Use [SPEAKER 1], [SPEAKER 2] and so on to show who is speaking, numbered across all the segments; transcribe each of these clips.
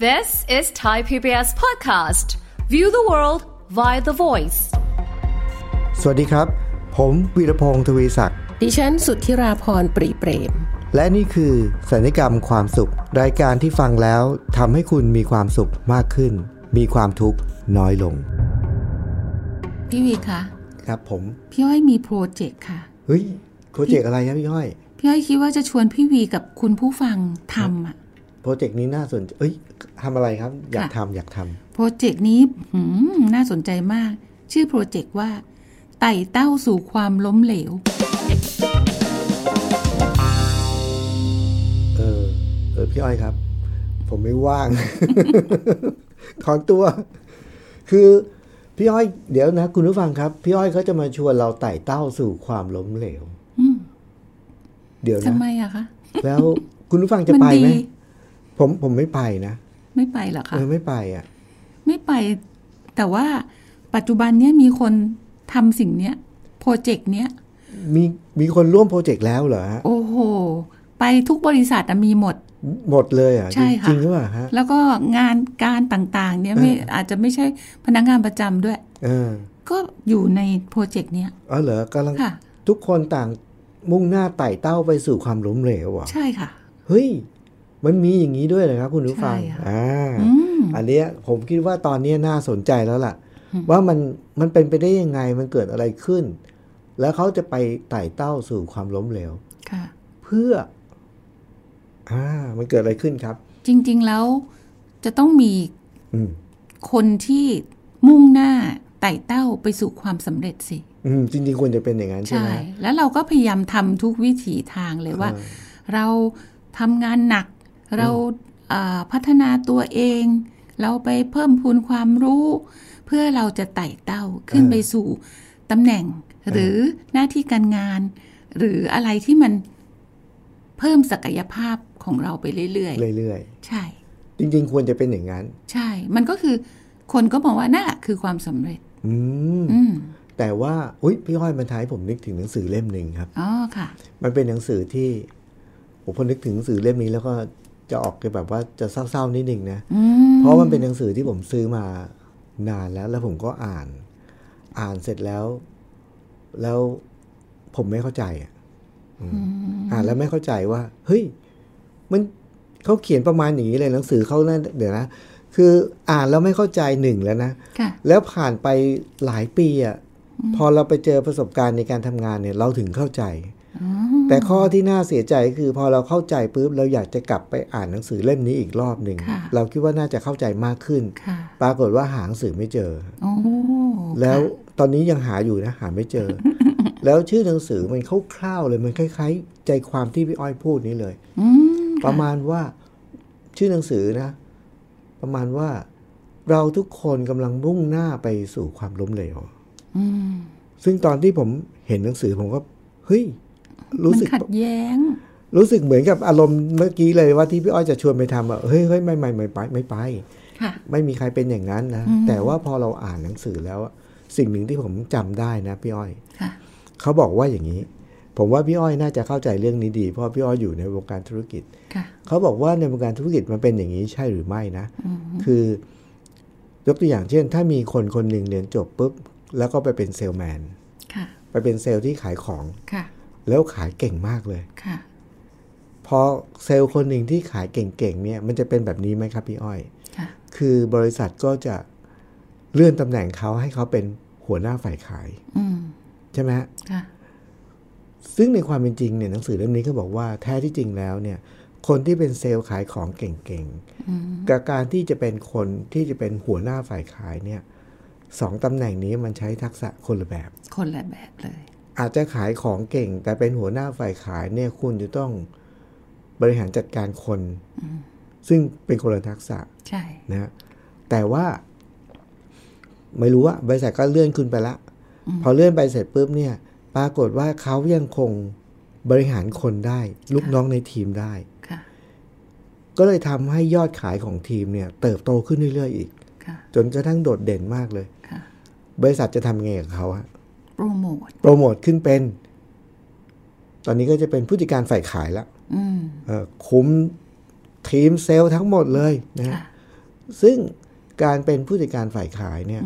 [SPEAKER 1] This is Thai PBS podcast. View the world via the voice.
[SPEAKER 2] สวัสดีครับ ผมวีรพงศ์ทวีศักดิ์
[SPEAKER 3] ดิฉันสุทธิราพรปรีเปรม
[SPEAKER 2] และนี่คือสัญญกรรมความสุข รายการที่ฟังแล้วทำให้คุณมีความสุขมากขึ้น มีความทุกข์น้อยลง
[SPEAKER 3] พี่วีคะ
[SPEAKER 2] ครับผม
[SPEAKER 3] พี่อ้อยมีโปรเจกต์ค่ะ
[SPEAKER 2] เฮ้ย โปรเจกต์อะไรนะพี่ย้อย
[SPEAKER 3] พี่อ้อยคิดว่าจะชวนพี่วีกับคุณผู้ฟังทำอ่ะ
[SPEAKER 2] โปรเจกต์นี้น่าสนใจเอ้ยทำอะไรครับ อยาก
[SPEAKER 3] ค่ะ
[SPEAKER 2] ทำอยากท
[SPEAKER 3] โปรเจกต์นี้หืมน่าสนใจมาก ชื่อโปรเจกต์ว่า ไต่เต้าสู่ความล้มเหลว
[SPEAKER 2] ำเออ เออพี่อ้อยครับ ผมไม่ว่าง ถอนตัว คือพี่อ้อย เดี๋ยวนะ คุณผู้ฟังครับ พี่อ้อยเขาจะมาชวนเราไต่เต้าสู่ความล้มเหลว
[SPEAKER 3] อืม
[SPEAKER 2] เดี๋ยว
[SPEAKER 3] ทำ
[SPEAKER 2] นะ
[SPEAKER 3] ไมอะคะ
[SPEAKER 2] แล้วคุณผู้ฟังจะ
[SPEAKER 3] มั
[SPEAKER 2] ไป
[SPEAKER 3] ดี
[SPEAKER 2] ไหม ผมผมไม่ไปนะ
[SPEAKER 3] ไม่ไปเหรอคะ
[SPEAKER 2] เออไม่ไปอ่ะ
[SPEAKER 3] ไม่ไป แต่ว่าปัจจุบันเนี้ยมีคนทำสิ่งเนี้ยโปรเจกต์เนี้ย
[SPEAKER 2] มีมีคนร่วมโปรเจกต์แล้วเหรอฮะ
[SPEAKER 3] โอ้โห ไปทุกบริษัทอะมีหมด
[SPEAKER 2] หมดเลยเหรอ่ะ
[SPEAKER 3] ใช่ค่ะ
[SPEAKER 2] จริงหรือเปล่าฮะ
[SPEAKER 3] แล้วก็งานการต่างๆ เนี่ยไม่อาจจะไม่ใช่พนักงานประจำด้วย
[SPEAKER 2] เออ
[SPEAKER 3] ก็อยู่ในโปรเจกต์เนี้ย
[SPEAKER 2] อ๋อเหรอกำลัง
[SPEAKER 3] ค่ะ
[SPEAKER 2] ทุกคนต่างมุ่งหน้าไต่เต้าไปสู่ความล้มเหลวเหรอ่ะ
[SPEAKER 3] ใช่ค่ะ
[SPEAKER 2] เฮ้ย มันมีอย่างนี้ด้วยเหรอครับ คุณผู้ฟัง
[SPEAKER 3] ใช่ค่ะ
[SPEAKER 2] อ่า
[SPEAKER 3] อืม
[SPEAKER 2] อันเนี้ยผมคิดว่าตอนเนี้ยน่าสนใจแล้วล่ะ
[SPEAKER 3] อืม
[SPEAKER 2] ว่ามันมันเป็นไปได้ยังไงมันเกิดอะไรขึ้น แล้วเขาจะไปไต่เต้าสู่ความล้มเหลว
[SPEAKER 3] ค่ะ
[SPEAKER 2] เพื่อ อ่า มันเกิดอะไรขึ้นครับ
[SPEAKER 3] จริงๆแล้วจะต้องมี
[SPEAKER 2] อืม
[SPEAKER 3] คนที่มุ่งหน้าไต่เต้าไปสู่ความสำเร็จสิ
[SPEAKER 2] อืมจริงๆควรจะเป็นอย่างนั้นใช่
[SPEAKER 3] ใช่
[SPEAKER 2] ไหม
[SPEAKER 3] แล้วเราก็พยายามทำทุกวิถีทางเลยว่า
[SPEAKER 2] เออ
[SPEAKER 3] เราทำงานหนัก เราอ่าพัฒนาตัวเอง เราไปเพิ่มพูนความรู้ เพื่อเราจะไต่เต้าขึ้นไปสู่ตำแหน่ง หรือหน้าที่การงาน หรืออะไรที่มันเพิ่มศักยภาพของเราไปเรื่อย
[SPEAKER 2] เรื่อย
[SPEAKER 3] ๆ ใช่
[SPEAKER 2] ๆ จริง ๆ ควรจะเป็นอย่างนั้น
[SPEAKER 3] ใช่ มันก็คือคนก็มองว่านั่นแหละคือความสำเร็จ
[SPEAKER 2] อืม
[SPEAKER 3] อืม
[SPEAKER 2] แต่ว่าอุ้ยพี่ห้อยบรรทายให้ผมนึกถึงหนังสือเล่มหนึ่งครับ
[SPEAKER 3] อ๋อค่ะ
[SPEAKER 2] มันเป็นหนังสือที่ผมพอนึกถึงหนังสือเล่มนี้แล้วก็จะออกจะแบบว่าจะเศร้าๆนิดนึงนะ
[SPEAKER 3] อืม
[SPEAKER 2] เพราะมันเป็นหนังสือที่ผมซื้อมานานแล้ว แล้วผมก็อ่าน อ่านเสร็จแล้ว แล้วผมไม่เข้าใจอ่ะ
[SPEAKER 3] อืม
[SPEAKER 2] อ่านแล้วไม่เข้าใจว่า เฮ้ย มันเขาเขียนประมาณอย่างนี้เลยหนังสือเขานั่นเดี๋ยวนะคืออ่านแล้วไม่เข้าใจหนึ่งแล้วนะ
[SPEAKER 3] ค่ะ
[SPEAKER 2] แล้วผ่านไปหลายปีอะ่ะพอเราไปเจอประสบการณ์ในการทำงานเนี่ย เราถึงเข้าใจ
[SPEAKER 3] อ๋อ
[SPEAKER 2] แต่ข้อที่น่าเสียใจคือพอเราเข้าใจปุ๊บเราอยากจะกลับไปอ่านหนังสือเล่มนี้อีกรอบหนึ่ง
[SPEAKER 3] ค่ะ
[SPEAKER 2] เราคิดว่าน่าจะเข้าใจมากขึ้น
[SPEAKER 3] ค่ะ
[SPEAKER 2] ปรากฏว่าหาหนังสือไม่เจอ
[SPEAKER 3] โอ้
[SPEAKER 2] แล้ว
[SPEAKER 3] ค่ะ
[SPEAKER 2] ตอนนี้ยังหาอยู่นะ หาไม่เจ อ แล้วชื่อหนังสือมันคร่าวๆเลยมันคล้าย ๆ ใจความที่พี่อ้อยพูดนี้เลย
[SPEAKER 3] อืม
[SPEAKER 2] ป
[SPEAKER 3] ค่ะ
[SPEAKER 2] ระมาณว่าชื่อหนังสือนะ ประมาณว่าเราทุกคนกำลังมุ่งหน้าไปสู่ความล้มเหลว
[SPEAKER 3] อืม
[SPEAKER 2] ซึ่งตอนที่ผมเห็นหนังสือผมก็เฮ้ย รู้
[SPEAKER 3] มัน
[SPEAKER 2] สึก
[SPEAKER 3] ขัดแย้ง
[SPEAKER 2] รู้สึกเหมือนกับอารมณ์เมื่อกี้เลยว่าที่พี่อ้อยจะชวนไปทำอะเฮ้ยเฮ้ยไม่ไม่ไม่ไปไม่ไป
[SPEAKER 3] ค่ะ
[SPEAKER 2] ไม่มีใครเป็นอย่างนั้นนะ
[SPEAKER 3] อืม
[SPEAKER 2] แต่ว่าพอเราอ่านหนังสือแล้วอะสิ่งหนึ่งที่ผมจำได้นะพี่อ้อย
[SPEAKER 3] ค่ะ
[SPEAKER 2] เขาบอกว่าอย่างนี้ ผมว่าพี่อ้อยน่าจะเข้าใจเรื่องนี้ดี เพราะพี่อ้อยอยู่ในวงการธุรกิจ
[SPEAKER 3] ค่ะ
[SPEAKER 2] เขาบอกว่าในวงการธุรกิจมันเป็นอย่างนี้ใช่หรือไม่นะ
[SPEAKER 3] อืม
[SPEAKER 2] คือยกตัวอย่างเช่น ถ้ามีคนคนหนึ่งเรียนจบปุ๊บ แล้วก็ไปเป็นเซลส์แมน
[SPEAKER 3] ค่ะ
[SPEAKER 2] ไปเป็นเซลล์ที่ขายของ
[SPEAKER 3] ค่ะ
[SPEAKER 2] แล้วขายเก่งมากเลย
[SPEAKER 3] ค่ะ
[SPEAKER 2] พอเซลล์คนหนึ่งที่ขายเก่งๆเนี่ย มันจะเป็นแบบนี้ไหมครับพี่อ้อย
[SPEAKER 3] ค่ะ
[SPEAKER 2] คือบริษัทก็จะเลื่อนตำแหน่งเขาให้เขาเป็นหัวหน้าฝ่ายขาย
[SPEAKER 3] อืม
[SPEAKER 2] ใช่ไหมฮะ
[SPEAKER 3] ค่ะ
[SPEAKER 2] ซึ่งในความเป็นจริงเนี่ยหนังสือเล่มนี้ก็บอกว่าแท้ที่จริงแล้วเนี่ย คนที่เป็นเซลล์ขายของเก่ง
[SPEAKER 3] อืม
[SPEAKER 2] ๆกับการที่จะเป็นคนที่จะเป็นหัวหน้าฝ่ายขายเนี่ยสองตำแหน่งนี้มันใช้ทักษะคนละแบบ
[SPEAKER 3] คนละแบบเลย
[SPEAKER 2] อาจจะขายของเก่ง แต่เป็นหัวหน้าฝ่ายขายเนี่ยคุณจะต้องบริหารจัดการคน
[SPEAKER 3] อืม
[SPEAKER 2] ซึ่งเป็นคนละทักษะ
[SPEAKER 3] ใช่
[SPEAKER 2] นะฮะแต่ว่าไม่รู้ว่าบริษัทก็เลื่อนคุณไปละ
[SPEAKER 3] ม
[SPEAKER 2] พอเลื่อนไปเสร็จปุ๊บเนี่ย ปรากฏว่าเขายังคงบริหารคนได้ ลูกน้องในทีมได้
[SPEAKER 3] ค่ะ
[SPEAKER 2] ก็เลยทำให้ยอดขายของทีมเนี่ย เติบโตขึ้นเรื่อยๆอีก
[SPEAKER 3] ค่ะ
[SPEAKER 2] จนกระทั่งโดดเด่นมากเลย
[SPEAKER 3] ค่ะ
[SPEAKER 2] บริษัทจะทำยังไงกับเขาอะ
[SPEAKER 3] โปรโมท
[SPEAKER 2] โปรโมทขึ้นเป็น ตอนนี้ก็จะเป็นผู้จัดการฝ่ายขายละ
[SPEAKER 3] อืม
[SPEAKER 2] เอ่อคุมทีมเซลล์ทั้งหมดเลยนะฮะ
[SPEAKER 3] ค่ะ
[SPEAKER 2] ซึ่งการเป็นผู้จัดการฝ่ายขายเนี่ย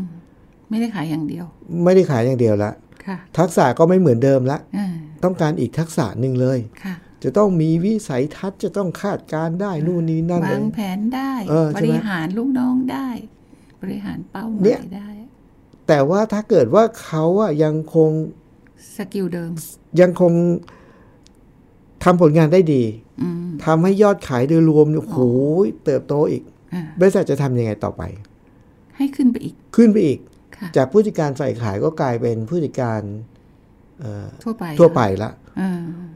[SPEAKER 3] ไม่ได้ขายอย่างเดียว
[SPEAKER 2] ไม่ได้ขายอย่างเดียวละ
[SPEAKER 3] ค่ะ
[SPEAKER 2] ทักษะก็ไม่เหมือนเดิมละ
[SPEAKER 3] อ่า
[SPEAKER 2] ต้องการอีกทักษะหนึ่งเลย
[SPEAKER 3] ค่ะ
[SPEAKER 2] จะต้องมีวิสัยทัศน์จะต้องคาดการณ์ได้นู่นนี่นั่นเล
[SPEAKER 3] วาย งแผนได้
[SPEAKER 2] เออใช่
[SPEAKER 3] บ
[SPEAKER 2] ไหม
[SPEAKER 3] ริหารลูกน้องได้ บริหารเป้าห
[SPEAKER 2] เนี่
[SPEAKER 3] มาย ยได้
[SPEAKER 2] แต่ว่าถ้าเกิดว่าเขาอะยังคง
[SPEAKER 3] สกิลเดิม
[SPEAKER 2] ยังคงทำผลงานได้ดี
[SPEAKER 3] อืม
[SPEAKER 2] ทำให้ยอดขายโดยรวมเนี่ยโอ้โหเติบโตอีก
[SPEAKER 3] อ่า
[SPEAKER 2] บริษัทจะทำยังไงต่อไป
[SPEAKER 3] ให้ขึ้นไปอีก
[SPEAKER 2] ขึ้นไปอีก
[SPEAKER 3] ค่ะ
[SPEAKER 2] จากผู้จัดการฝ่ายขายก็กลายเป็นผู้จัดการเอ่อ
[SPEAKER 3] ทั่วไป
[SPEAKER 2] ทั่วไปละ
[SPEAKER 3] อ่า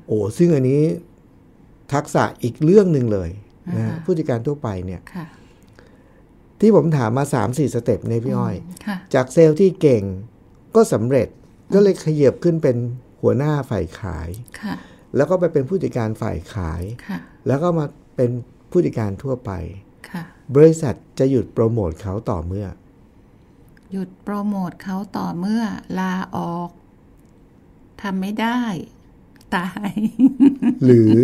[SPEAKER 2] โอ้ซึ่งอันนี้ทักษะอีกเรื่องหนึ่งเลยนะ
[SPEAKER 3] อ่าฮะ
[SPEAKER 2] ผู้จัดการทั่วไปเนี่ย
[SPEAKER 3] ค่ะ
[SPEAKER 2] ที่ผมถามมา 3 4 สเต็ปในยพี่อ้อย
[SPEAKER 3] ค่ะ
[SPEAKER 2] จากเซลล์ที่เก่งก็สำเร็จก็เลยขยับขึ้นเป็นหัวหน้าฝ่ายขาย
[SPEAKER 3] ค่ะ
[SPEAKER 2] แล้วก็ไปเป็นผู้จัดการฝ่ายขาย
[SPEAKER 3] ค่ะ
[SPEAKER 2] แล้วก็มาเป็นผู้จัดการทั่วไป
[SPEAKER 3] ค่ะ
[SPEAKER 2] บริษัทจะหยุดโปรโมทเขาต่อเมื่อ
[SPEAKER 3] หยุดโปรโมทเขาต่อเมื่อลาออกทำไม่ได้ ตาย
[SPEAKER 2] หรือ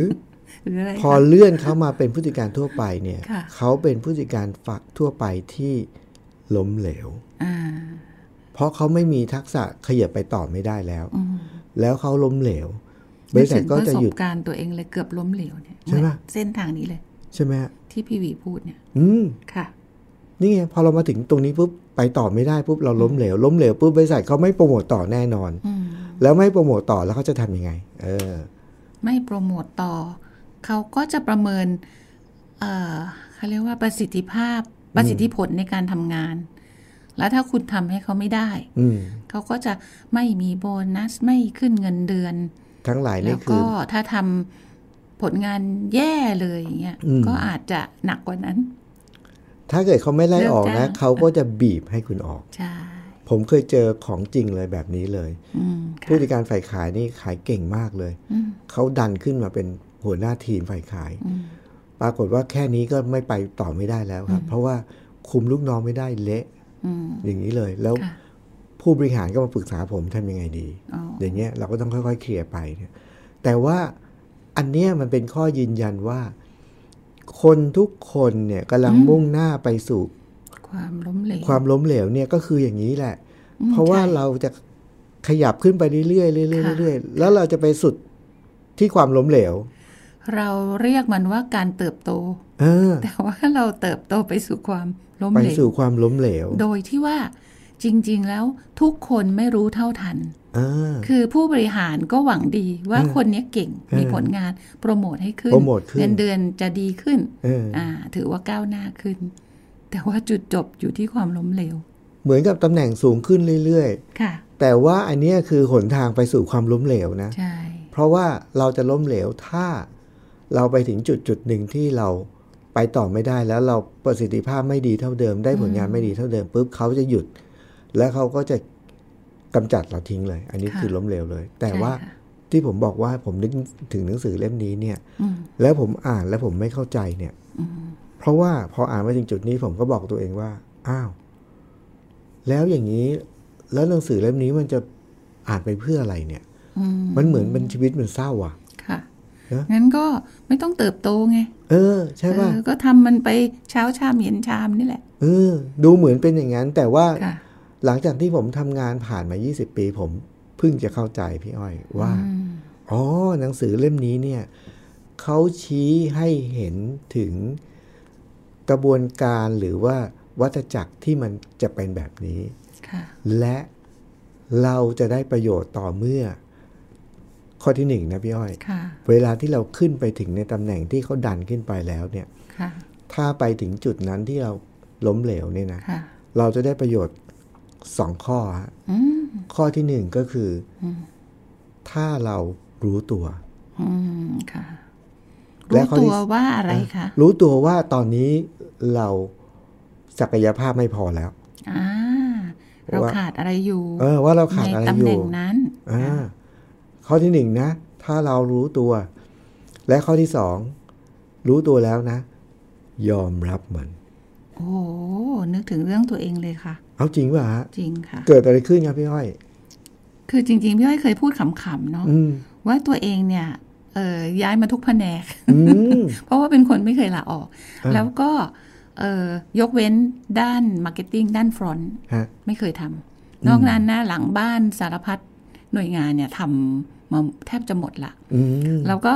[SPEAKER 3] หรืออะไร
[SPEAKER 2] พอ
[SPEAKER 3] คะ
[SPEAKER 2] เลื่อนเขามาเป็นผู้จัดการทั่วไปเนี่ย
[SPEAKER 3] ค่ะ
[SPEAKER 2] เขาเป็นผู้จัดการฝักทั่วไปที่ล้มเหลว
[SPEAKER 3] อ่า
[SPEAKER 2] เพราะเขาไม่มีทักษะขยับไปต่อไม่ได้แล้ว
[SPEAKER 3] อืม
[SPEAKER 2] แล้วเขาล้มเหลว บ
[SPEAKER 3] นึ
[SPEAKER 2] ริษัท
[SPEAKER 3] ถึง
[SPEAKER 2] ก็จะหยุด
[SPEAKER 3] ประสบการณ์ตัวเองเลยเกือบล้มเหลวเนี่ย
[SPEAKER 2] ใช่ปะ
[SPEAKER 3] เส้นทางนี้เลย
[SPEAKER 2] ใช่ไหมฮะ
[SPEAKER 3] ที่พี่หวีพูดเนี่ย
[SPEAKER 2] อืม
[SPEAKER 3] ค่ะ
[SPEAKER 2] นี่ไงพอเรามาถึงตรงนี้ปุ๊บไปต่อไม่ได้ปุ๊บเราล้มเหลว ล้มเหลวปุ๊บบริษัทเขาไม่โปรโมตต่อแน่นอน
[SPEAKER 3] อืม
[SPEAKER 2] แล้วไม่โปรโมตต่อแล้วเขาจะทำยังไง เออ
[SPEAKER 3] ไม่โปรโมตต่อ เขาก็จะประเมิน เอ่อเขาเรียกว่าประสิทธิภาพประสิทธิผลในการทำงาน แล้วถ้าคุณทำให้เขาไม่ได้
[SPEAKER 2] อืม
[SPEAKER 3] เขาก็จะไม่มีโบนัสไม่ขึ้นเงินเดือน
[SPEAKER 2] ทั้งหลาย
[SPEAKER 3] แล้
[SPEAKER 2] นี่
[SPEAKER 3] ว
[SPEAKER 2] คื
[SPEAKER 3] ก็
[SPEAKER 2] อ
[SPEAKER 3] ถ้าทำผลงานแย่เลยอย่างเงี้ย
[SPEAKER 2] อืม
[SPEAKER 3] ก็อาจจะหนักกว่านั้น
[SPEAKER 2] ถ้าเกิดเขาไม่ไล่ออก
[SPEAKER 3] เลิ
[SPEAKER 2] นะ
[SPEAKER 3] กจ้าง
[SPEAKER 2] เขาก็จะบีบให้คุณออก
[SPEAKER 3] ใช่
[SPEAKER 2] ผมเคยเจอของจริงเลยแบบนี้เลย
[SPEAKER 3] อืมค่ะ
[SPEAKER 2] ผู้จัดการฝ่ายขายนี่ขายเก่งมากเลย
[SPEAKER 3] อืม
[SPEAKER 2] เขาดันขึ้นมาเป็นหัวหน้าทีมฝ่ายขาย
[SPEAKER 3] อืม
[SPEAKER 2] ปรากฏว่าแค่นี้ก็ไม่ไปต่อไม่ได้แล้วครับ เพราะว่าคุมลูกน้องไม่ได้เละ
[SPEAKER 3] อืม
[SPEAKER 2] อย่างนี้เลย แล้ว
[SPEAKER 3] ค่ะ
[SPEAKER 2] ผู้บริหารก็มาปรึกษาผมทำยังไงดี
[SPEAKER 3] อ๋อ
[SPEAKER 2] อย่างเงี้ยเราก็ต้องค่อย ๆ เคลียร์ไปเนี่ยแต่ว่าอันเนี้ยมันเป็นข้อยืนยันว่า คนทุกคนเนี่ยกำลังมุ่งหน้าไปสู่
[SPEAKER 3] ความล้มเหลว
[SPEAKER 2] ความล้มเหลวเนี่ยก็คืออย่างนี้แหละ
[SPEAKER 3] อืม
[SPEAKER 2] เพราะว่า
[SPEAKER 3] ใช่
[SPEAKER 2] เราจะขยับขึ้นไปเรื่อยๆเรื่อย
[SPEAKER 3] ค่ะ
[SPEAKER 2] ๆเรื่อยๆแล้วเราจะไปสุดที่ความล้มเหลว
[SPEAKER 3] เราเรียกมันว่าการเติบโต
[SPEAKER 2] เออ
[SPEAKER 3] แต่ว่าเราเติบโตไปสู่ความล้ม
[SPEAKER 2] ไป
[SPEAKER 3] เหลว
[SPEAKER 2] สู่ความล้มเหลว
[SPEAKER 3] โดยที่ว่าจริง ๆ แล้วทุกคนไม่รู้เท่าทัน
[SPEAKER 2] อ่า
[SPEAKER 3] คือผู้บริหารก็หวังดีว่า
[SPEAKER 2] เออ
[SPEAKER 3] คนเนี้ยเก่ง
[SPEAKER 2] เออ
[SPEAKER 3] มีผลงานโปรโมทให้ขึ้น
[SPEAKER 2] โปรโมทขึ้น
[SPEAKER 3] เงินเดือนจะดีขึ้น
[SPEAKER 2] เออ
[SPEAKER 3] อ่า ถือว่าก้าวหน้าขึ้น แต่ว่าจุดจบอยู่ที่ความล้มเหลว
[SPEAKER 2] เหมือนกับตำแหน่งสูงขึ้นเรื่อย
[SPEAKER 3] ค่ะ
[SPEAKER 2] ๆ แต่ว่าอันเนี้ยคือหนทางไปสู่ความล้มเหลวนะ
[SPEAKER 3] ใช่
[SPEAKER 2] เพราะว่าเราจะล้มเหลวถ้าเราไปถึงจุดจุดหนึ่งที่เราไปต่อไม่ได้แล้วเราประสิทธิภาพไม่ดีเท่าเดิม ได้ผลงานไม่ดีเท่าเดิมปุ๊บเขาจะหยุด แล้วเขาก็จะกำจัดเราทิ้งเลย อันนี้
[SPEAKER 3] ค่ะ
[SPEAKER 2] คือล้มเหลวเลย แต่
[SPEAKER 3] ใช่
[SPEAKER 2] ว่า
[SPEAKER 3] ค่ะ
[SPEAKER 2] ที่ผมบอกว่าผมนึกถึงหนังสือเล่มนี้เนี่ย
[SPEAKER 3] อืม
[SPEAKER 2] แล้วผมอ่านแล้วผมไม่เข้าใจเนี่ย
[SPEAKER 3] อืม
[SPEAKER 2] เพราะว่าพออ่านมาถึงจุดนี้ผมก็บอกตัวเองว่า อ้าว แล้วอย่างนี้ แล้วหนังสือเล่มนี้มันจะอ่านไปเพื่ออะไรเนี่ย
[SPEAKER 3] อืม
[SPEAKER 2] มันเหมือนมันชีวิตมันเศร้าอ่ะ
[SPEAKER 3] ค่ะ
[SPEAKER 2] นะ
[SPEAKER 3] งั้นก็ไม่ต้องเติบโตไง
[SPEAKER 2] เออ ใช่ป่ะ
[SPEAKER 3] เออก็ทำมันไปเช้าชามเย็นชามนี่แหละ
[SPEAKER 2] เออ ดูเหมือนเป็นอย่างนั้น แต่ว่า
[SPEAKER 3] ค่ะ
[SPEAKER 2] หลังจากที่ผมทำงานผ่านมา 20 ปี ผมเพิ่งจะเข้าใจพี่อ้อย ว่า
[SPEAKER 3] อืม
[SPEAKER 2] อ๋อ หนังสือเล่มนี้เนี่ยเขาชี้ให้เห็นถึงกระบวนการหรือว่าวัฏจักรที่มันจะเป็นแบบนี้
[SPEAKER 3] ค่ะ
[SPEAKER 2] และเราจะได้ประโยชน์ต่อเมื่อ ข้อที่หนึ่งนะพี่อ้อย
[SPEAKER 3] ค่ะ
[SPEAKER 2] เวลาที่เราขึ้นไปถึงในตำแหน่งที่เขาดันขึ้นไปแล้วเนี่ย
[SPEAKER 3] ค่ะ
[SPEAKER 2] ถ้าไปถึงจุดนั้นที่เราล้มเหลวเนี่ยนะ
[SPEAKER 3] ค่ะ
[SPEAKER 2] เราจะได้ประโยชน์สองข้อฮะ
[SPEAKER 3] อืม
[SPEAKER 2] ข้อที่หนึ่งก็คือ
[SPEAKER 3] อืม
[SPEAKER 2] ถ้าเรารู้ตัว
[SPEAKER 3] อืม ค่ะ
[SPEAKER 2] และ
[SPEAKER 3] รู้
[SPEAKER 2] ข้อที่
[SPEAKER 3] ตัวว่าอะไรคะ
[SPEAKER 2] รู้ตัวว่าตอนนี้เราศักยภาพไม่พอแล้ว
[SPEAKER 3] อ่าเรา
[SPEAKER 2] ว่า
[SPEAKER 3] ขาดอะไรอยู่
[SPEAKER 2] เออว่าเราขาด
[SPEAKER 3] ใน
[SPEAKER 2] อะไร
[SPEAKER 3] ตำ
[SPEAKER 2] อ
[SPEAKER 3] แห
[SPEAKER 2] ยู่
[SPEAKER 3] น่งนั้น
[SPEAKER 2] อ่าข้อที่หนึ่งนะ ถ้าเรารู้ตัว และข้อที่สอง รู้ตัวแล้วนะ ยอมรับมัน
[SPEAKER 3] โอ้โหนึกถึงเรื่องตัวเองเลยค่ะ
[SPEAKER 2] เอาจริงป่ะฮะ
[SPEAKER 3] จริงค่ะ
[SPEAKER 2] เกิดอะไรขึ้นครับพี่อ้อย
[SPEAKER 3] คือจริงๆ พี่อ้อยเคยพูดขำๆเนาะ
[SPEAKER 2] อืม
[SPEAKER 3] ว่าตัวเองเนี่ยเออย้ายมาทุกแผนก
[SPEAKER 2] อืม
[SPEAKER 3] เพราะว่าเป็นคนไม่เคยลาออก
[SPEAKER 2] อ่า
[SPEAKER 3] แล้วก็ เอ่อยกเว้นด้านมาร์เก็ตติ้งด้านฟรอนต์
[SPEAKER 2] ฮะ
[SPEAKER 3] ไม่เคยทำนอกนั้นนะหลังบ้านสารพัดหน่วยงานเนี่ยทำมาแทบจะหมดละ
[SPEAKER 2] อืม
[SPEAKER 3] แล้วก็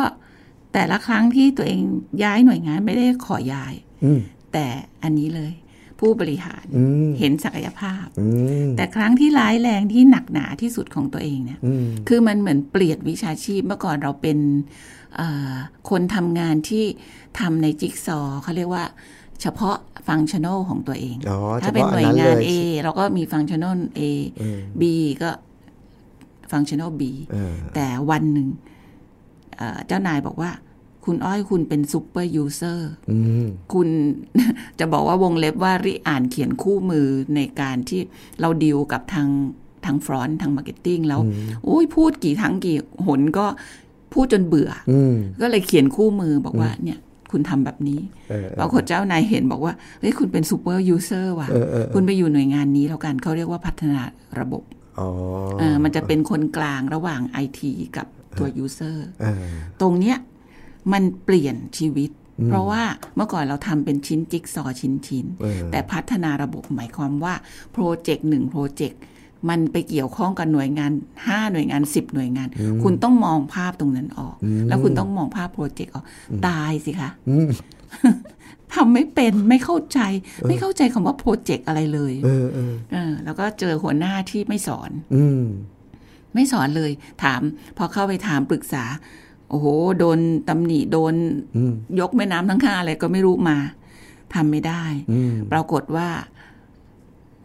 [SPEAKER 3] แต่ละครั้งที่ตัวเองย้ายหน่วยงานไม่ได้ขอย้าย
[SPEAKER 2] อืม
[SPEAKER 3] แต่อันนี้เลย ผู้บริหาร
[SPEAKER 2] อืม
[SPEAKER 3] เห็นศักยภาพ
[SPEAKER 2] อืม
[SPEAKER 3] แต่ครั้งที่ร้ายแรงที่หนักหนาที่สุดของตัวเองเนี่ย
[SPEAKER 2] อืม
[SPEAKER 3] คือมันเหมือนเปลี่ยนวิชาชีพเมื่อก่อนเราเป็นเอ่อคนทำงานที่ทำในจิ๊กซอว์เขาเรียกว่า เฉพาะฟังชั่น a ลของตัวเอง
[SPEAKER 2] อ๋อ
[SPEAKER 3] ถ้าเป็นหน่วยงาน A
[SPEAKER 2] เฉพะ
[SPEAKER 3] เราก็มีฟังชั่น a ล A
[SPEAKER 2] อืม
[SPEAKER 3] B ก็ฟังชั่น a ล B
[SPEAKER 2] เออ
[SPEAKER 3] แต่วันหนึ่งเอ่อเจ้านายบอกว่า คุณอ้อยคุณเป็นซูเปอร์ยูเซอร์
[SPEAKER 2] อืม
[SPEAKER 3] คุณ จะบอกว่าวงเล็บว่าริอ่านเขียนคู่มือในการที่เราดีลกับทางทางฟรอนทางมาร์เก็ตติ้งแล้วโอ้ยพูดกี่ทั้งกี่หนก็พูดจนเบื่อ
[SPEAKER 2] อืม
[SPEAKER 3] ก็เลยเขียนคู่มือบอกว่าเนี่ย คุณทำแบบนี้
[SPEAKER 2] เออ
[SPEAKER 3] ปรากฏเจ้านายเห็นบอกว่าเฮ้ยคุณเป็นซูเปอร์ยูเซอร์ว่ะ
[SPEAKER 2] เออเออเออ
[SPEAKER 3] คุณไปอยู่หน่วยงานนี้แล้วกันเขาเรียกว่าพัฒนาระบบ
[SPEAKER 2] อ๋อ
[SPEAKER 3] เออมันจะเป็นคนกลางระหว่างไอทีกับตัวยูเซอร์
[SPEAKER 2] เออ
[SPEAKER 3] ตรงเนี้ยมันเปลี่ยนชีวิต เพราะว่าเมื่อก่อนเราทำเป็นชิ้นจิ๊กซอว์ชิ้นชิ้นๆ
[SPEAKER 2] เออ
[SPEAKER 3] แต่พัฒนาระบบหมายความว่าโปรเจกต์หนึ่งโปรเจกต์มันไปเกี่ยวข้องกับหน่วยงาน 5 หน่วยงาน 10 หน่วยงาน คุณต้องมองภาพตรงนั้นออก แล้วคุณต้องมองภาพโปรเจกต์ออก ตายสิคะ
[SPEAKER 2] อืม
[SPEAKER 3] ทำไม่เป็นไม่เข้าใจ ไม่เข้าใจคำว่าโปรเจกต์อะไรเลย
[SPEAKER 2] เออเออ
[SPEAKER 3] เออแล้วก็เจอหัวหน้าที่ไม่สอน
[SPEAKER 2] อืม
[SPEAKER 3] ไม่สอนเลยถาม พอเข้าไปถามปรึกษา โอ้โห โดนตำหนิโดน
[SPEAKER 2] อืม
[SPEAKER 3] ยกแม่น้ำทั้งห้าอะไรก็ไม่รู้มาทำไม่ได้
[SPEAKER 2] อืม
[SPEAKER 3] ปรากฏว่า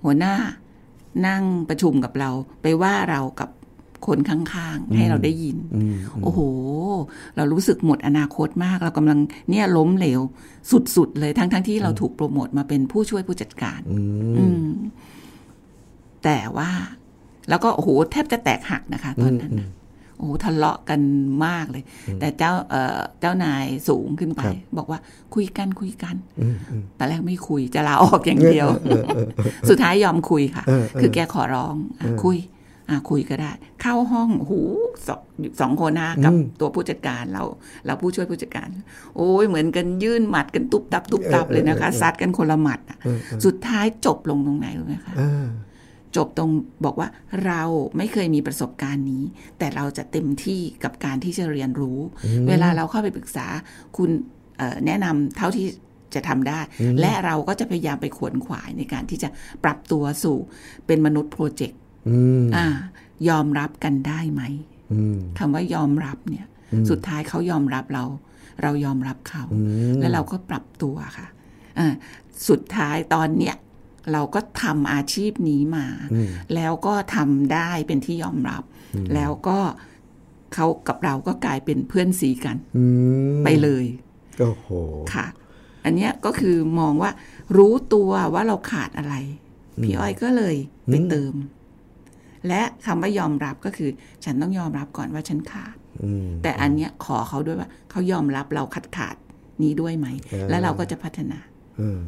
[SPEAKER 3] หัวหน้านั่งประชุมกับเรา ไปว่าเรากับคนข้างๆ ให้เราได้ยิน
[SPEAKER 2] อืม
[SPEAKER 3] โอ้โห เรารู้สึกหมดอนาคตมาก เรากำลังเนี่ยล้มเหลว สุดๆ เลยทั้งๆทที่เราถูกโปรโมทมาเป็นผู้ช่วยผู้จัดการ
[SPEAKER 2] อืม
[SPEAKER 3] อืม แต่ว่า แล้วก็โอ้โหแทบจะแตกหักนะคะ ตอนนั้นน่ะโอ้โหทะเลาะกันมากเลย แต่เจ้าเอ่อเจ้านายสูงขึ้นไป
[SPEAKER 2] ครับ
[SPEAKER 3] บอกว่าคุยกันคุยกัน
[SPEAKER 2] อืมอืม
[SPEAKER 3] ตอนแรกไม่คุยจะลาออกอย่างเดียว สุดท้ายยอมคุยค่ะ
[SPEAKER 2] เออเออ
[SPEAKER 3] คือแกขอร้องอ่ะคุยอ่ะคุยก็ได้ เข้าห้องโอ้โหูสองสองคนนะกับ
[SPEAKER 2] อืม
[SPEAKER 3] ตัวผู้จัดการเราเราผู้ช่วยผู้จัดการ โอ้ยเหมือนกันยื่นหมัดกันตุบตับตุบตับเลยนะคะซัดกันคนละหมัดอ่ะสุดท้ายจบลงตรงไหนรู้ไหมคะ
[SPEAKER 2] เออ
[SPEAKER 3] จบตรงบอกว่าเราไม่เคยมีประสบการณ์นี้ แต่เราจะเต็มที่กับการที่จะเรียนรู้ เวลาเราเข้าไปปรึกษา คุณเอ่อแนะนำเท่าที่จะทำได้ และเราก็จะพยายามไปขวนขวายในการที่จะปรับตัวสู่เป็นมนุษย์โปรเจกต์
[SPEAKER 2] อืม
[SPEAKER 3] อ่ายอมรับกันได้ไหม
[SPEAKER 2] อืม
[SPEAKER 3] คำว่ายอมรับเนี่ย สุดท้ายเขายอมรับเรา เรายอมรับเขา
[SPEAKER 2] อืม
[SPEAKER 3] แล้วเราก็ปรับตัวค่ะอ่าสุดท้ายตอนเนี้ยเราก็ทำอาชีพนี้มา แล้วก็ทำได้เป็นที่ยอมรับ แล้วก็เขากับเราก็กลายเป็นเพื่อนสีกัน
[SPEAKER 2] อืม
[SPEAKER 3] ไปเลย
[SPEAKER 2] โอ้โห
[SPEAKER 3] ค่ะ อันเนี้ยก็คือมองว่ารู้ตัวว่าเราขาดอะไร พี่อ้อยก็เลยไปเติม และคำว่ายอมรับก็คือ ฉันต้องยอมรับก่อนว่าฉันขาด
[SPEAKER 2] อืม
[SPEAKER 3] แต่อันเนี้ยขอเขาด้วยว่าเขายอมรับเราขัดขาดนี้ด้วยไหม
[SPEAKER 2] เออ
[SPEAKER 3] แล้วเราก็จะพัฒนา
[SPEAKER 2] เออ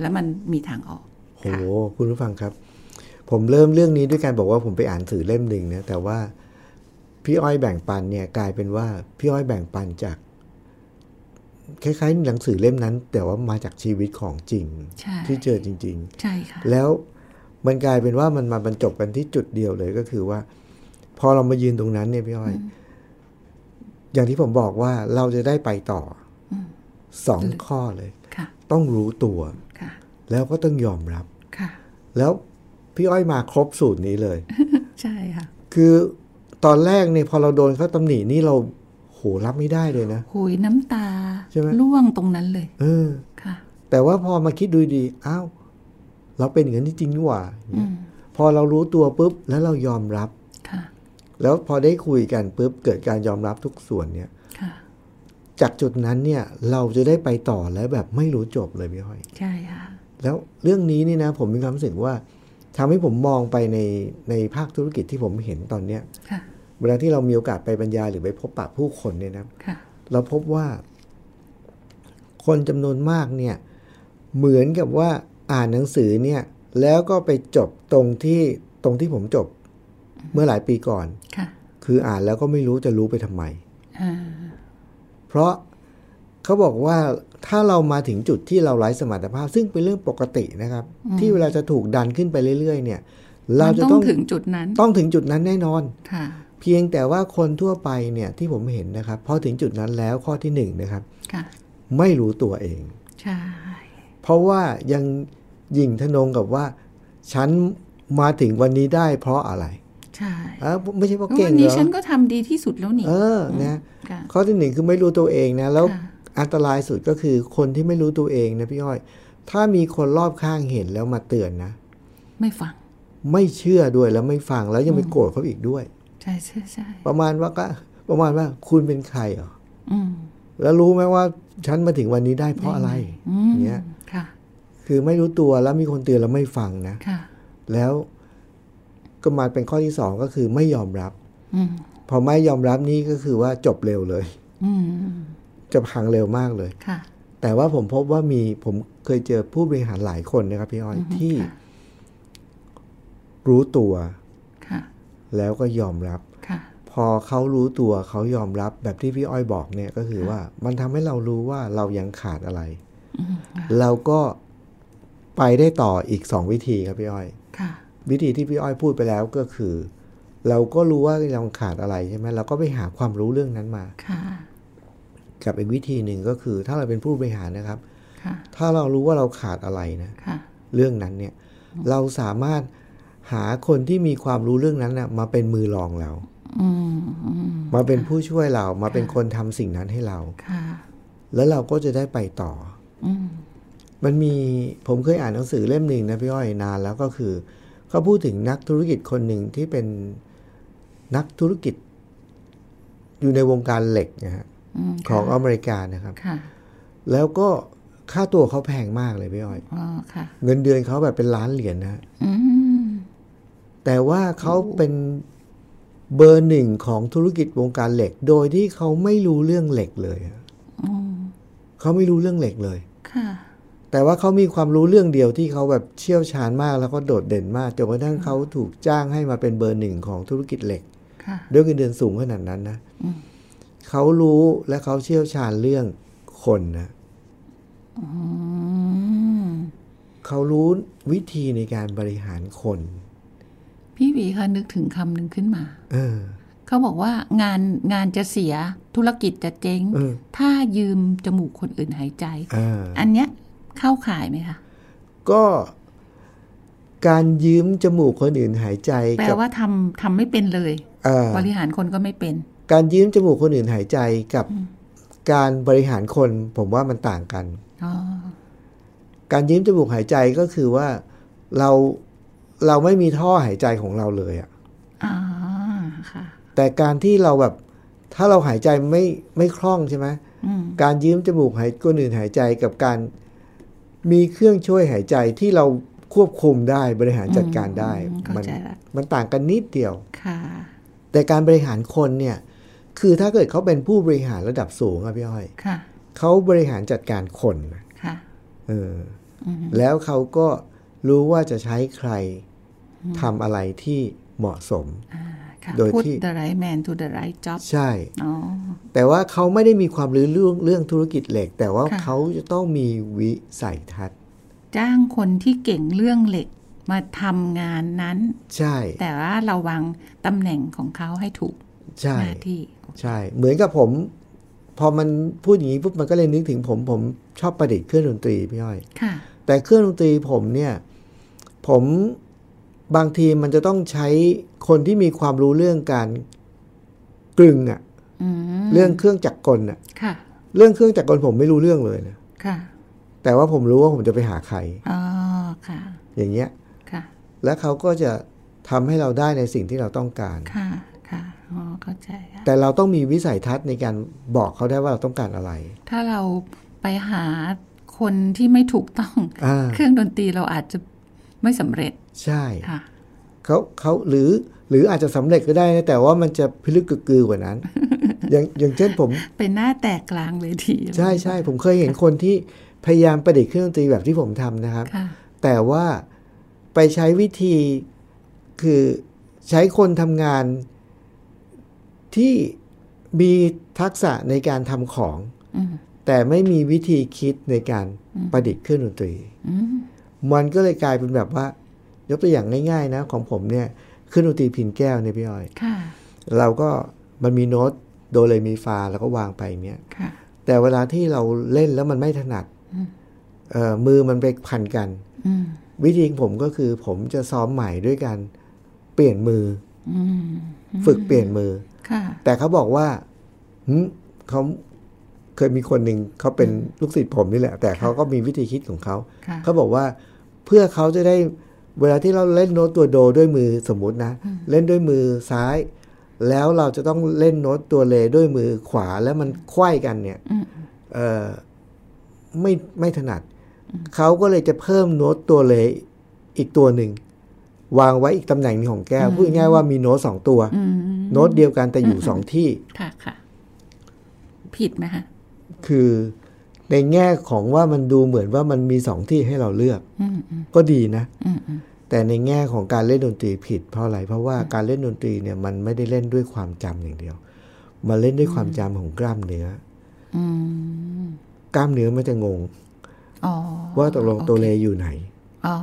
[SPEAKER 3] แล้วมันมีทางออก
[SPEAKER 2] โห
[SPEAKER 3] ค่ะ
[SPEAKER 2] คุณผู้ฟังครับ ผมเริ่มเรื่องนี้ด้วยการบอกว่าผมไปอ่านสื่อเล่มหนึ่งนะ แต่ว่าพี่อ้อยแบ่งปันเนี่ย กลายเป็นว่าพี่อ้อยแบ่งปันจาก คล้ายๆหนังสือเล่มนั้น แต่ว่ามาจากชีวิตของจริง
[SPEAKER 3] ใช่
[SPEAKER 2] ที่เจอจริง ๆ
[SPEAKER 3] ใช่ค่ะ
[SPEAKER 2] แล้วมันกลายเป็นว่ามันมาบรรจบกันที่จุดเดียวเลยก็คือว่า พอเรามายืนตรงนั้นเนี่ยพี่อ้อย อย่างที่ผมบอกว่าเราจะได้ไปต่ออ
[SPEAKER 3] ม
[SPEAKER 2] สองข้อเลย
[SPEAKER 3] ค่ะ
[SPEAKER 2] ต้องรู้ตัว
[SPEAKER 3] ค่ะ
[SPEAKER 2] แล้วก็ต้องยอมรับ
[SPEAKER 3] ค่ะ
[SPEAKER 2] แล้วพี่อ้อยมาครบสูตรนี้เลย
[SPEAKER 3] ใช่ค่ะ
[SPEAKER 2] คือตอนแรกเนี่ยพอเราโดนเขาตำหนินี่เราโหรับไม่ได้เลยนะ
[SPEAKER 3] โหยน้ำตา
[SPEAKER 2] ใช่ไหม
[SPEAKER 3] ร่วงตรงนั้นเลย
[SPEAKER 2] เออ
[SPEAKER 3] ค่ะ
[SPEAKER 2] แต่ว่าพอมาคิดดูดีๆอ้าวเราเป็นอย่างนี้นจริงนี่หว่า
[SPEAKER 3] อืม
[SPEAKER 2] พอเรารู้ตัวปุ๊บแล้วเรายอมรับ
[SPEAKER 3] ค่ะ
[SPEAKER 2] แล้วพอได้คุยกันปุ๊บเกิดการยอมรับทุกส่วนเนี่ย
[SPEAKER 3] ค่ะ
[SPEAKER 2] จากจุดนั้นเนี่ยเราจะได้ไปต่อและแบบไม่รู้จบเลยพี่ห้อย
[SPEAKER 3] ใช่ค่ะ
[SPEAKER 2] แล้วเรื่องนี้นี่นะ ผมมีความรู้สึกว่าทำให้ผมมองไปในในภาคธุรกิจที่ผมเห็นตอนเนี้ย
[SPEAKER 3] ค่ะ
[SPEAKER 2] เวลาที่เรามีโอกาสไปบรรยายหรือไปพบปะผู้คนเนี่ยนะ
[SPEAKER 3] ค่ะ
[SPEAKER 2] เราพบว่า คนจำนวนมากเนี่ย เหมือนกับว่าอ่านหนังสือเนี่ย แล้วก็ไปจบตรงที่ตรงที่ผมจบ เมื่อหลายปีก่อน
[SPEAKER 3] ค่ะ
[SPEAKER 2] คืออ่านแล้วก็ไม่รู้จะรู้ไปทำไม
[SPEAKER 3] อ่า
[SPEAKER 2] เพราะ เขาบอกว่าถ้าเรามาถึงจุดที่เราไร้สมรรถภาพ ซึ่งเป็นเรื่องปกตินะครับ ที่เวลาจะถูกดันขึ้นไปเรื่อย ๆ เนี่ย เราจะ
[SPEAKER 3] มัน
[SPEAKER 2] ต้อง
[SPEAKER 3] ถึงจุดนั้น
[SPEAKER 2] ต้องถึงจุดนั้นแน่นอน
[SPEAKER 3] ค่ะ
[SPEAKER 2] เพียงแต่ว่าคนทั่วไปเนี่ยที่ผมเห็นนะครับพอถึงจุดนั้นแล้วข้อที่หนึ่งนะครับ
[SPEAKER 3] ค่ะ
[SPEAKER 2] ไม่รู้ตัวเอง
[SPEAKER 3] ใช่
[SPEAKER 2] เพราะว่ายังหยิ่งทะนงกับว่า ฉันมาถึงวันนี้ได้เพราะอะไร
[SPEAKER 3] ใช่
[SPEAKER 2] อ่ะไม่ใช่เพราะเก่
[SPEAKER 3] วั
[SPEAKER 2] ง
[SPEAKER 3] น
[SPEAKER 2] เหร
[SPEAKER 3] นี้
[SPEAKER 2] อ
[SPEAKER 3] ฉันก็ทำดีที่สุดแล้วนี่
[SPEAKER 2] เออนะ
[SPEAKER 3] ค่ะ
[SPEAKER 2] ข้อที่หนึ่งคือไม่รู้ตัวเองนะแล้ว
[SPEAKER 3] ค่ะ
[SPEAKER 2] อันตรายสุดก็คือคนที่ไม่รู้ตัวเองนะพี่อ้อย ถ้ามีคนรอบข้างเห็นแล้วมาเตือนนะ
[SPEAKER 3] ไม่ฟัง
[SPEAKER 2] ไม่เชื่อด้วยแล้วไม่ฟังแล้วยังไปโกรธเขาอีกด้วย
[SPEAKER 3] ใช่ใช่ใช่
[SPEAKER 2] ประมาณว่าก็ประมาณว่าคุณเป็นใครเหรอ
[SPEAKER 3] อืม
[SPEAKER 2] แล้วรู้ไหมว่าฉันมาถึงวันนี้ได้เพราะอะไร
[SPEAKER 3] อืม
[SPEAKER 2] เนี่ย
[SPEAKER 3] ค่ะ
[SPEAKER 2] คือไม่รู้ตัวแล้วมีคนเตือนแล้วไม่ฟังนะ
[SPEAKER 3] ค่ะ
[SPEAKER 2] แล้วก็มาเป็นข้อที่สองก็คือไม่ยอมรับ
[SPEAKER 3] อืม
[SPEAKER 2] พอไม่ยอมรับนี่ก็คือว่าจบเร็วเลย
[SPEAKER 3] อืม
[SPEAKER 2] จะพังเร็วมากเลย
[SPEAKER 3] ค่ะ
[SPEAKER 2] แต่ว่าผมพบว่ามีผมเคยเจอผู้บริหารหลายคนนะครับพี่อ้อยที่
[SPEAKER 3] ค่ะ
[SPEAKER 2] รู้ตัว
[SPEAKER 3] ค่ะ
[SPEAKER 2] แล้วก็ยอมรับ
[SPEAKER 3] ค่ะ
[SPEAKER 2] พอเขารู้ตัวเขายอมรับแบบที่พี่อ้อยบอกเนี่ยก็คือว่ามันทำให้เรารู้ว่าเรายังขาดอะไร
[SPEAKER 3] อืมค่ะ
[SPEAKER 2] เราก็ไปได้ต่ออีกสองวิธีครับพี่อ้อย
[SPEAKER 3] ค่ะ
[SPEAKER 2] วิธีที่พี่อ้อยพูดไปแล้วก็คือ เราก็รู้ว่าเราขาดอะไรใช่ไหมเราก็ไปหาความรู้เรื่องนั้นมา
[SPEAKER 3] ค่ะ
[SPEAKER 2] กับอีกวิธีหนึ่งก็คือ ถ้าเราเป็นผู้บริหารนะครับ
[SPEAKER 3] ค่ะ
[SPEAKER 2] ถ้าเรารู้ว่าเราขาดอะไรนะ
[SPEAKER 3] ค่ะ
[SPEAKER 2] เรื่องนั้นเนี่ย เราสามารถหาคนที่มีความรู้เรื่องนั้นนะมาเป็นมือรองเรา
[SPEAKER 3] อืมอืม
[SPEAKER 2] มาเป็นผู้ช่วยเรา มาเป็นคนทำสิ่งนั้นให้เรา
[SPEAKER 3] ค่ะ
[SPEAKER 2] แล้วเราก็จะได้ไปต่อ
[SPEAKER 3] อืม
[SPEAKER 2] มันมีผมเคยอ่านหนังสือเล่มหนึ่งนะพี่อ้อยนานแล้วก็คือเขาพูดถึงนักธุรกิจคนหนึ่งที่เป็นนักธุรกิจ อยู่ในวงการเหล็กนะฮะ
[SPEAKER 3] อืม
[SPEAKER 2] ของอเมริกานะครับ
[SPEAKER 3] ค่ะ
[SPEAKER 2] แล้วก็ค่าตัวเขาแพงมากเลยพี่อ้อย
[SPEAKER 3] อ๋อ ค่ะ
[SPEAKER 2] เงินเดือนเขาแบบเป็นล้านเหรียญนะฮะ
[SPEAKER 3] อืม
[SPEAKER 2] แต่ว่าเขาเป็นเบอร์หนึ่งของธุรกิจวงการเหล็ก โดยที่เขาไม่รู้เรื่องเหล็กเลยอะ
[SPEAKER 3] อืม
[SPEAKER 2] เขาไม่รู้เรื่องเหล็กเลย
[SPEAKER 3] ค่ะ
[SPEAKER 2] แต่ว่าเขามีความรู้เรื่องเดียวที่เขาแบบเชี่ยวชาญมากแล้วก็โดดเด่นมากจนกระทั่งเขาถูกจ้างให้มาเป็นเบอร์หนึ่งของธุรกิจเหล็ก
[SPEAKER 3] ค่ะ
[SPEAKER 2] ด้วยเงินเดือนสูงขนาดนั้นนะ
[SPEAKER 3] อืม
[SPEAKER 2] เขารู้และเขาเชี่ยวชาญเรื่องคนนะ
[SPEAKER 3] อืม
[SPEAKER 2] เขารู้วิธีในการบริหารคน
[SPEAKER 3] พี่หวีคะนึกถึงคำหนึ่งขึ้นมา
[SPEAKER 2] เออ
[SPEAKER 3] เขาบอกว่างานงานจะเสียธุรกิจจะเจ๊ง
[SPEAKER 2] เออ
[SPEAKER 3] ถ้ายืมจมูกคนอื่นหายใจ
[SPEAKER 2] อ่า
[SPEAKER 3] อันเนี้ยเข้าข่ายไหมคะ
[SPEAKER 2] ก็การยืมจมูกคนอื่นหายใจ
[SPEAKER 3] แปล
[SPEAKER 2] กั
[SPEAKER 3] ว่าทำทำไม่เป็นเลย
[SPEAKER 2] เอ่อบ
[SPEAKER 3] ริหารคนก็ไม่เป็น
[SPEAKER 2] การยืมจมูกคนอื่นหายใจกับการบริหารคน ผมว่ามันต่างกัน
[SPEAKER 3] อ๋อ
[SPEAKER 2] การยืมจมูกหายใจก็คือว่าเราเราไม่มีท่อหายใจของเราเลยอะ
[SPEAKER 3] อ่า ค่ะ
[SPEAKER 2] แต่การที่เราแบบถ้าเราหายใจไม่ไม่คล่องใช่ไหม
[SPEAKER 3] อืม
[SPEAKER 2] การยืมจมูกหายคนอื่นหายใจกับการมีเครื่องช่วยหายใจที่เราควบคุมได้บริหารจัดการได้
[SPEAKER 3] อืมเข้า
[SPEAKER 2] มั
[SPEAKER 3] ใจละ
[SPEAKER 2] มันต่างกันนิดเดียว
[SPEAKER 3] ค่ะ
[SPEAKER 2] แต่การบริหารคนเนี่ยคือถ้าเกิดเขาเป็นผู้บริหารระดับสูงอะพี่อ้อย
[SPEAKER 3] ค่ะ
[SPEAKER 2] เขาบริหารจัดการคนนะ
[SPEAKER 3] ค่ะ
[SPEAKER 2] เอออ
[SPEAKER 3] ม
[SPEAKER 2] แล้วเขาก็รู้ว่าจะใช้ใครทำอะไรที่เหมาะสม
[SPEAKER 3] อ่า ค่ะ
[SPEAKER 2] โดย
[SPEAKER 3] พูด
[SPEAKER 2] ที่
[SPEAKER 3] the right man to the right job
[SPEAKER 2] ใช่
[SPEAKER 3] อ๋อ
[SPEAKER 2] แต่ว่าเขาไม่ได้มีความรู้เรื่องเรื่องธุรกิจเหล็ก แต่ว่า
[SPEAKER 3] ค่ะ
[SPEAKER 2] เขาจะต้องมีวิสัยทัศน์
[SPEAKER 3] จ้างคนที่เก่งเรื่องเหล็กมาทำงานนั้น
[SPEAKER 2] ใช่
[SPEAKER 3] แต่ว่าเราวางตำแหน่งของเขาให้ถูก
[SPEAKER 2] ใช่
[SPEAKER 3] หน้าที่
[SPEAKER 2] ใช่ เหมือนกับผม พอมันพูดอย่างนี้ปุ๊บมันก็เลยนึกถึงผมผมชอบประดิษฐ์เครื่องดนตรีพี่อ้อย
[SPEAKER 3] ค่ะ
[SPEAKER 2] แต่เครื่องดนตรีผมเนี่ย ผมบางทีมันจะต้องใช้คนที่มีความรู้เรื่องการกลึงอะ
[SPEAKER 3] อืม
[SPEAKER 2] เรื่องเครื่องจักรกลอะ
[SPEAKER 3] ค่ะ
[SPEAKER 2] เรื่องเครื่องจักรกลผมไม่รู้เรื่องเลยนะ
[SPEAKER 3] ค่ะ
[SPEAKER 2] แต่ว่าผมรู้ว่าผมจะไปหาใคร
[SPEAKER 3] อ๋อ ค่ะ
[SPEAKER 2] อย่างเงี้ย
[SPEAKER 3] ค่ะ
[SPEAKER 2] แล้วเขาก็จะทำให้เราได้ในสิ่งที่เราต้องการ
[SPEAKER 3] ค่ะ ค่ะ อ๋อ เข้าใจค่ะ
[SPEAKER 2] แต่เราต้องมีวิสัยทัศน์ในการบอกเขาได้ว่าเราต้องการอะไร
[SPEAKER 3] ถ้าเราไปหาคนที่ไม่ถูกต้อง
[SPEAKER 2] อ่า
[SPEAKER 3] เครื่องดนตรีเราอาจจะไม่สำเร็จ
[SPEAKER 2] ใช่
[SPEAKER 3] ค่ะ
[SPEAKER 2] เขาเขาหรือหรืออาจจะสำเร็จก็ได้นะแต่ว่ามันจะพิลึกกึกกือกว่านั้น อย่างอย่างเช่นผม
[SPEAKER 3] เป็นหน้าแตกกลางเวที
[SPEAKER 2] ใช่ใช่ผมเคยเห็นคนที่พยายามประดิษฐ์เครื่องดนตรีแบบที่ผมทำนะครับ
[SPEAKER 3] ค่ะ
[SPEAKER 2] แต่ว่าไปใช้วิธีคือใช้คนทำงานที่มีทักษะในการทำของ
[SPEAKER 3] อืม
[SPEAKER 2] แต่ไม่มีวิธีคิดในการประดิษฐ์เครื่องดนตรี
[SPEAKER 3] อืม
[SPEAKER 2] มันก็เลยกลายเป็นแบบว่า ยกตัวอย่างง่ายๆนะ ของผมเนี่ยเครื่องดนตรีพินแก้วเนี่ยพี่อ้อย
[SPEAKER 3] ค่ะ
[SPEAKER 2] เราก็มันมีโน้ตโดเรมีฟาแล้วก็วางไปอย่างเงี้ย
[SPEAKER 3] ค่ะ
[SPEAKER 2] แต่เวลาที่เราเล่นแล้วมันไม่ถนัดเอ่อมือมันไปพันกัน
[SPEAKER 3] อืม
[SPEAKER 2] วิธีของผมก็คือผมจะซ้อมใหม่ด้วยการเปลี่ยนมือ
[SPEAKER 3] อืม
[SPEAKER 2] ฝึกเปลี่ยนมือ
[SPEAKER 3] ค่ะ
[SPEAKER 2] แต่เขาบอกว่าหึเขาเคยมีคนหนึ่งเขาเป็นลูกศิษย์ผมนี่แหละ แต่เขาก็มีวิธีคิดของเขา
[SPEAKER 3] ค่ะ
[SPEAKER 2] เขาบอกว่าเพื่อเขาจะได้เวลาที่เราเล่นโน้ตตัวโดด้วยมือสมมุตินะ เล่นด้วยมือซ้าย แล้วเราจะต้องเล่นโน้ตตัวเลด้วยมือขวาแล้วมันควยกันเนี่ย
[SPEAKER 3] อืม
[SPEAKER 2] เออไม่ไม่ถนัด เขาก็เลยจะเพิ่มโน้ตตัวเลอีกตัวหนึ่ง วางไว้อีกตำแหน่งหนึ่งของแก้วพูดง่ายๆว่ามีโน้ตสองตัว
[SPEAKER 3] อืม
[SPEAKER 2] โน้ตเดียวกันแต่อยู่สองที่
[SPEAKER 3] ค่ะค่ะ ผิดไหมคะ
[SPEAKER 2] คือในแง่ของว่ามันดูเหมือนว่ามันมีสองที่ให้เราเลือก
[SPEAKER 3] อืมอืม
[SPEAKER 2] ก็ดีนะ
[SPEAKER 3] อืมอืม
[SPEAKER 2] แต่ในแง่ของการเล่นดนตรีผิดเพราะอะไร เพราะว่าการเล่นดนตรีเนี่ยมันไม่ได้เล่นด้วยความจำอย่างเดียว มันเล่นด้วยความจำของกล้ามเนื้อ
[SPEAKER 3] อืม
[SPEAKER 2] กล้ามเนื้อมันจะงง
[SPEAKER 3] อ๋อ
[SPEAKER 2] ว่าตกลงตัวเลอยู่ไหน
[SPEAKER 3] อ๋ อ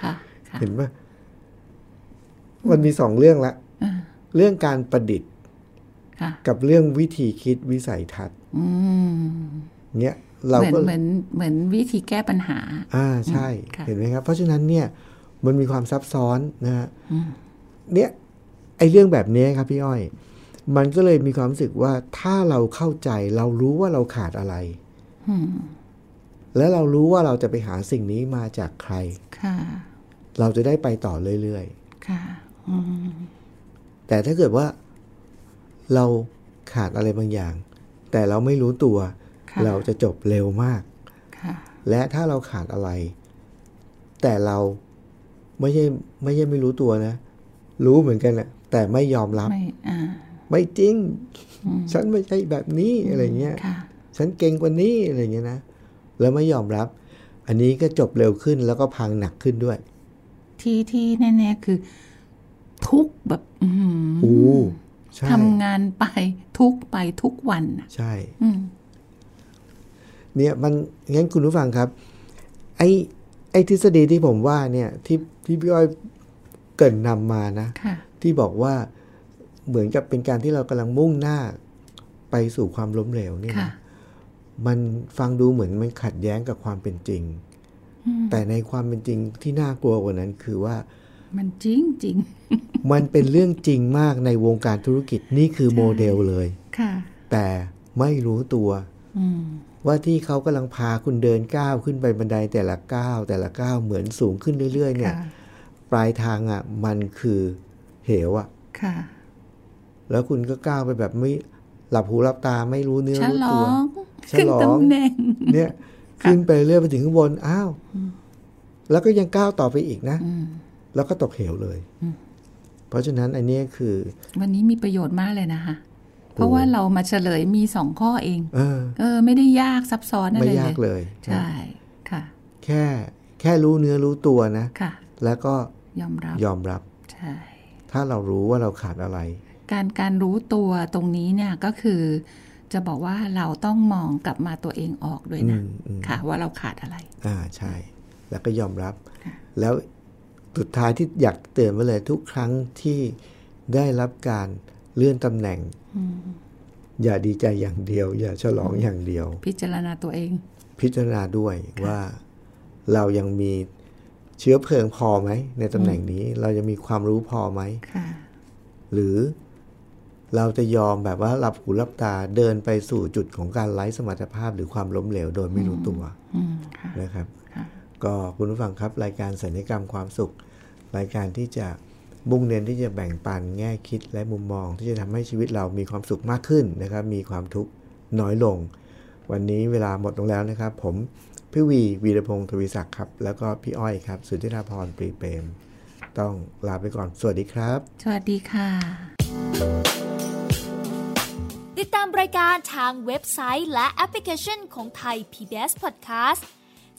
[SPEAKER 3] ค่ะค่ะ
[SPEAKER 2] เห็นปะมันมีสองเรื่องละ
[SPEAKER 3] อ่า
[SPEAKER 2] เรื่องการประดิษฐ์
[SPEAKER 3] ค่ะ
[SPEAKER 2] กับเรื่องวิธีคิดวิสัยทัศน์
[SPEAKER 3] อืม
[SPEAKER 2] เนี้ย
[SPEAKER 3] เห
[SPEAKER 2] เรา
[SPEAKER 3] มือน
[SPEAKER 2] ก็
[SPEAKER 3] เหมือนเหมือนวิธีแก้ปัญหา
[SPEAKER 2] อ่าใช่
[SPEAKER 3] ค่ะ
[SPEAKER 2] เห็นไหมครับ เพราะฉะนั้นเนี่ยมันมีความซับซ้อนนะฮะเนี่ยไอเรื่องแบบนี้ครับพี่อ้อย มันก็เลยมีความรู้สึกว่าถ้าเราเข้าใจเรารู้ว่าเราขาดอะไร
[SPEAKER 3] อืม
[SPEAKER 2] และเรารู้ว่าเราจะไปหาสิ่งนี้มาจากใคร
[SPEAKER 3] ค่ะ
[SPEAKER 2] เราจะได้ไปต่อเรื่อย
[SPEAKER 3] ค่ะอืม
[SPEAKER 2] ๆ แต่ถ้าเกิดว่าเราขาดอะไรบางอย่าง แต่เราไม่รู้ตัว
[SPEAKER 3] ค่ะ
[SPEAKER 2] เราจะจบเร็วมาก
[SPEAKER 3] ค่ะ
[SPEAKER 2] และถ้าเราขาดอะไร แต่เราไม่ใช่ไม่ใช่ไม่รู้ตัวนะ รู้เหมือนกันแหละแต่ไม่ยอมรับ
[SPEAKER 3] ไม่อ่า
[SPEAKER 2] ไม่จริง ฉันไม่ใช่แบบนี้อะไรเงี้ย
[SPEAKER 3] ค่ะ
[SPEAKER 2] ฉันเก่งกว่านี้อะไรเงี้ยนะ แล้วไม่ยอมรับ อันนี้ก็จบเร็วขึ้นแล้วก็พังหนักขึ้นด้วย
[SPEAKER 3] ที่ที่แน่ๆคือ ทุกข์แบบ อืม
[SPEAKER 2] โอ้ใช่
[SPEAKER 3] ทำงานไปทุกข์ไปทุกวันน่ะ
[SPEAKER 2] ใช่
[SPEAKER 3] อืม
[SPEAKER 2] เนี่ยมันงั้นคุณผู้ฟังครับ ไอ้ไอ้ทฤษฎีที่ผมว่าเนี่ย ที่ที่พี่อ้อยเกรินนำมานะ
[SPEAKER 3] ค่ะ
[SPEAKER 2] ที่บอกว่าเหมือนกับเป็นการที่เรากำลังมุ่งหน้าไปสู่ความล้มเหลวเนี่ย
[SPEAKER 3] ค่ะ
[SPEAKER 2] นะมันฟังดูเหมือนมันขัดแย้งกับความเป็นจริง
[SPEAKER 3] อืม
[SPEAKER 2] แต่ในความเป็นจริงที่น่ากลัวกว่านั้นคือว่า
[SPEAKER 3] มันจริงจริง
[SPEAKER 2] มันเป็นเรื่องจริงมากในวงการธุรกิจนี่คือโมเดลเลย
[SPEAKER 3] ๆค่ะ
[SPEAKER 2] แต่ไม่รู้ตัว
[SPEAKER 3] อืม
[SPEAKER 2] ว่าที่เขากำลังพาคุณเดินก้าวขึ้นไปบันไดแต่ละก้าวแต่ละก้าวเหมือนสูงขึ้นเรื่อยๆ เนี่ย
[SPEAKER 3] ค่ะ
[SPEAKER 2] ปลายทางอ่ะมันคือเหวอ่ะ
[SPEAKER 3] ค่ะ
[SPEAKER 2] แล้วคุณก็ก้าวไปแบบไม่หลับหูหลับตาไม่รู้เนื้อ
[SPEAKER 3] ฉ
[SPEAKER 2] รู้
[SPEAKER 3] ล
[SPEAKER 2] ตั
[SPEAKER 3] อ
[SPEAKER 2] ว
[SPEAKER 3] ง
[SPEAKER 2] ฉลอง
[SPEAKER 3] ขึ้นตำแหน่ง
[SPEAKER 2] เนี่ย ขึ้นไปเรื่อยไปถึงข้างบนอ้าวแล้วก็ยังก้าวต่อไปอีกนะ
[SPEAKER 3] อืม
[SPEAKER 2] แล้วก็ตกเหวเลย เพราะฉะนั้นอันเนี้ยคือ
[SPEAKER 3] วันนี้มีประโยชน์มากเลยนะคะ เพราะว่าเรามาเฉลยมีสองข้อเอง
[SPEAKER 2] เออ
[SPEAKER 3] เออ ไม่ได้ยากซับซ้อนอะไร
[SPEAKER 2] ไม่
[SPEAKER 3] เลย
[SPEAKER 2] ยากเลย
[SPEAKER 3] ใช่ ค่ะ
[SPEAKER 2] แค่แค่รู้เนื้อรู้ตัวนะ
[SPEAKER 3] ค่ะ
[SPEAKER 2] แล้วก็
[SPEAKER 3] ยอมรับ
[SPEAKER 2] ยอมรับ
[SPEAKER 3] ใช่
[SPEAKER 2] ถ้าเรารู้ว่าเราขาดอะไร
[SPEAKER 3] การการรู้ตัวตรงนี้เนี่ยก็คือ จะบอกว่าเราต้องมองกลับมาตัวเองออกด้วยนะ
[SPEAKER 2] อืมอืม
[SPEAKER 3] ค่ะ ว่าเราขาดอะไร
[SPEAKER 2] อ่าใช่ แล้วก็ยอมรับ
[SPEAKER 3] ค่ะ
[SPEAKER 2] แล้วสุดท้ายที่อยากเตือนไว้เลยทุกครั้งที่ได้รับการเลื่อนตำแหน่ง อย่าดีใจอย่างเดียว อย่าฉลองอย่างเดียว
[SPEAKER 3] พิจารณาตัวเอง
[SPEAKER 2] พิจารณาด้วยว่าเรายังมีเชื้อเพลิงพอไหม ในตำแหน่งนี้เรายังมีความรู้พอไหม
[SPEAKER 3] ค่ะ
[SPEAKER 2] หรือเราจะยอมแบบว่าหลับหูหลับตาเดินไปสู่จุดของการไร้สมรรถภาพหรือความล้มเหลวโดยไม่รู้ตัว
[SPEAKER 3] อืม ค่ะ
[SPEAKER 2] นะครับ
[SPEAKER 3] ค่ะ
[SPEAKER 2] ก็คุณผู้ฟังครับรายการสัญญกรรมความสุข รายการที่จะมุ่งเน้นที่จะแบ่งปันแง่คิดและมุมมอง ที่จะทำให้ชีวิตเรามีความสุขมากขึ้นนะครับ มีความทุกข์น้อยลง วันนี้เวลาหมดลงแล้วนะครับ ผมพี่วีวีรพงศ์ทวีศักดิ์ครับ แล้วก็พี่อ้อยครับ สุทธิราพรปรีเปรม ต้องลาไปก่อนสวัสดีครับ
[SPEAKER 3] สวัสดีค่ะ
[SPEAKER 4] ติดตามรายการทางเว็บไซต์และแอปพลิเคชันของไทย PBS Podcast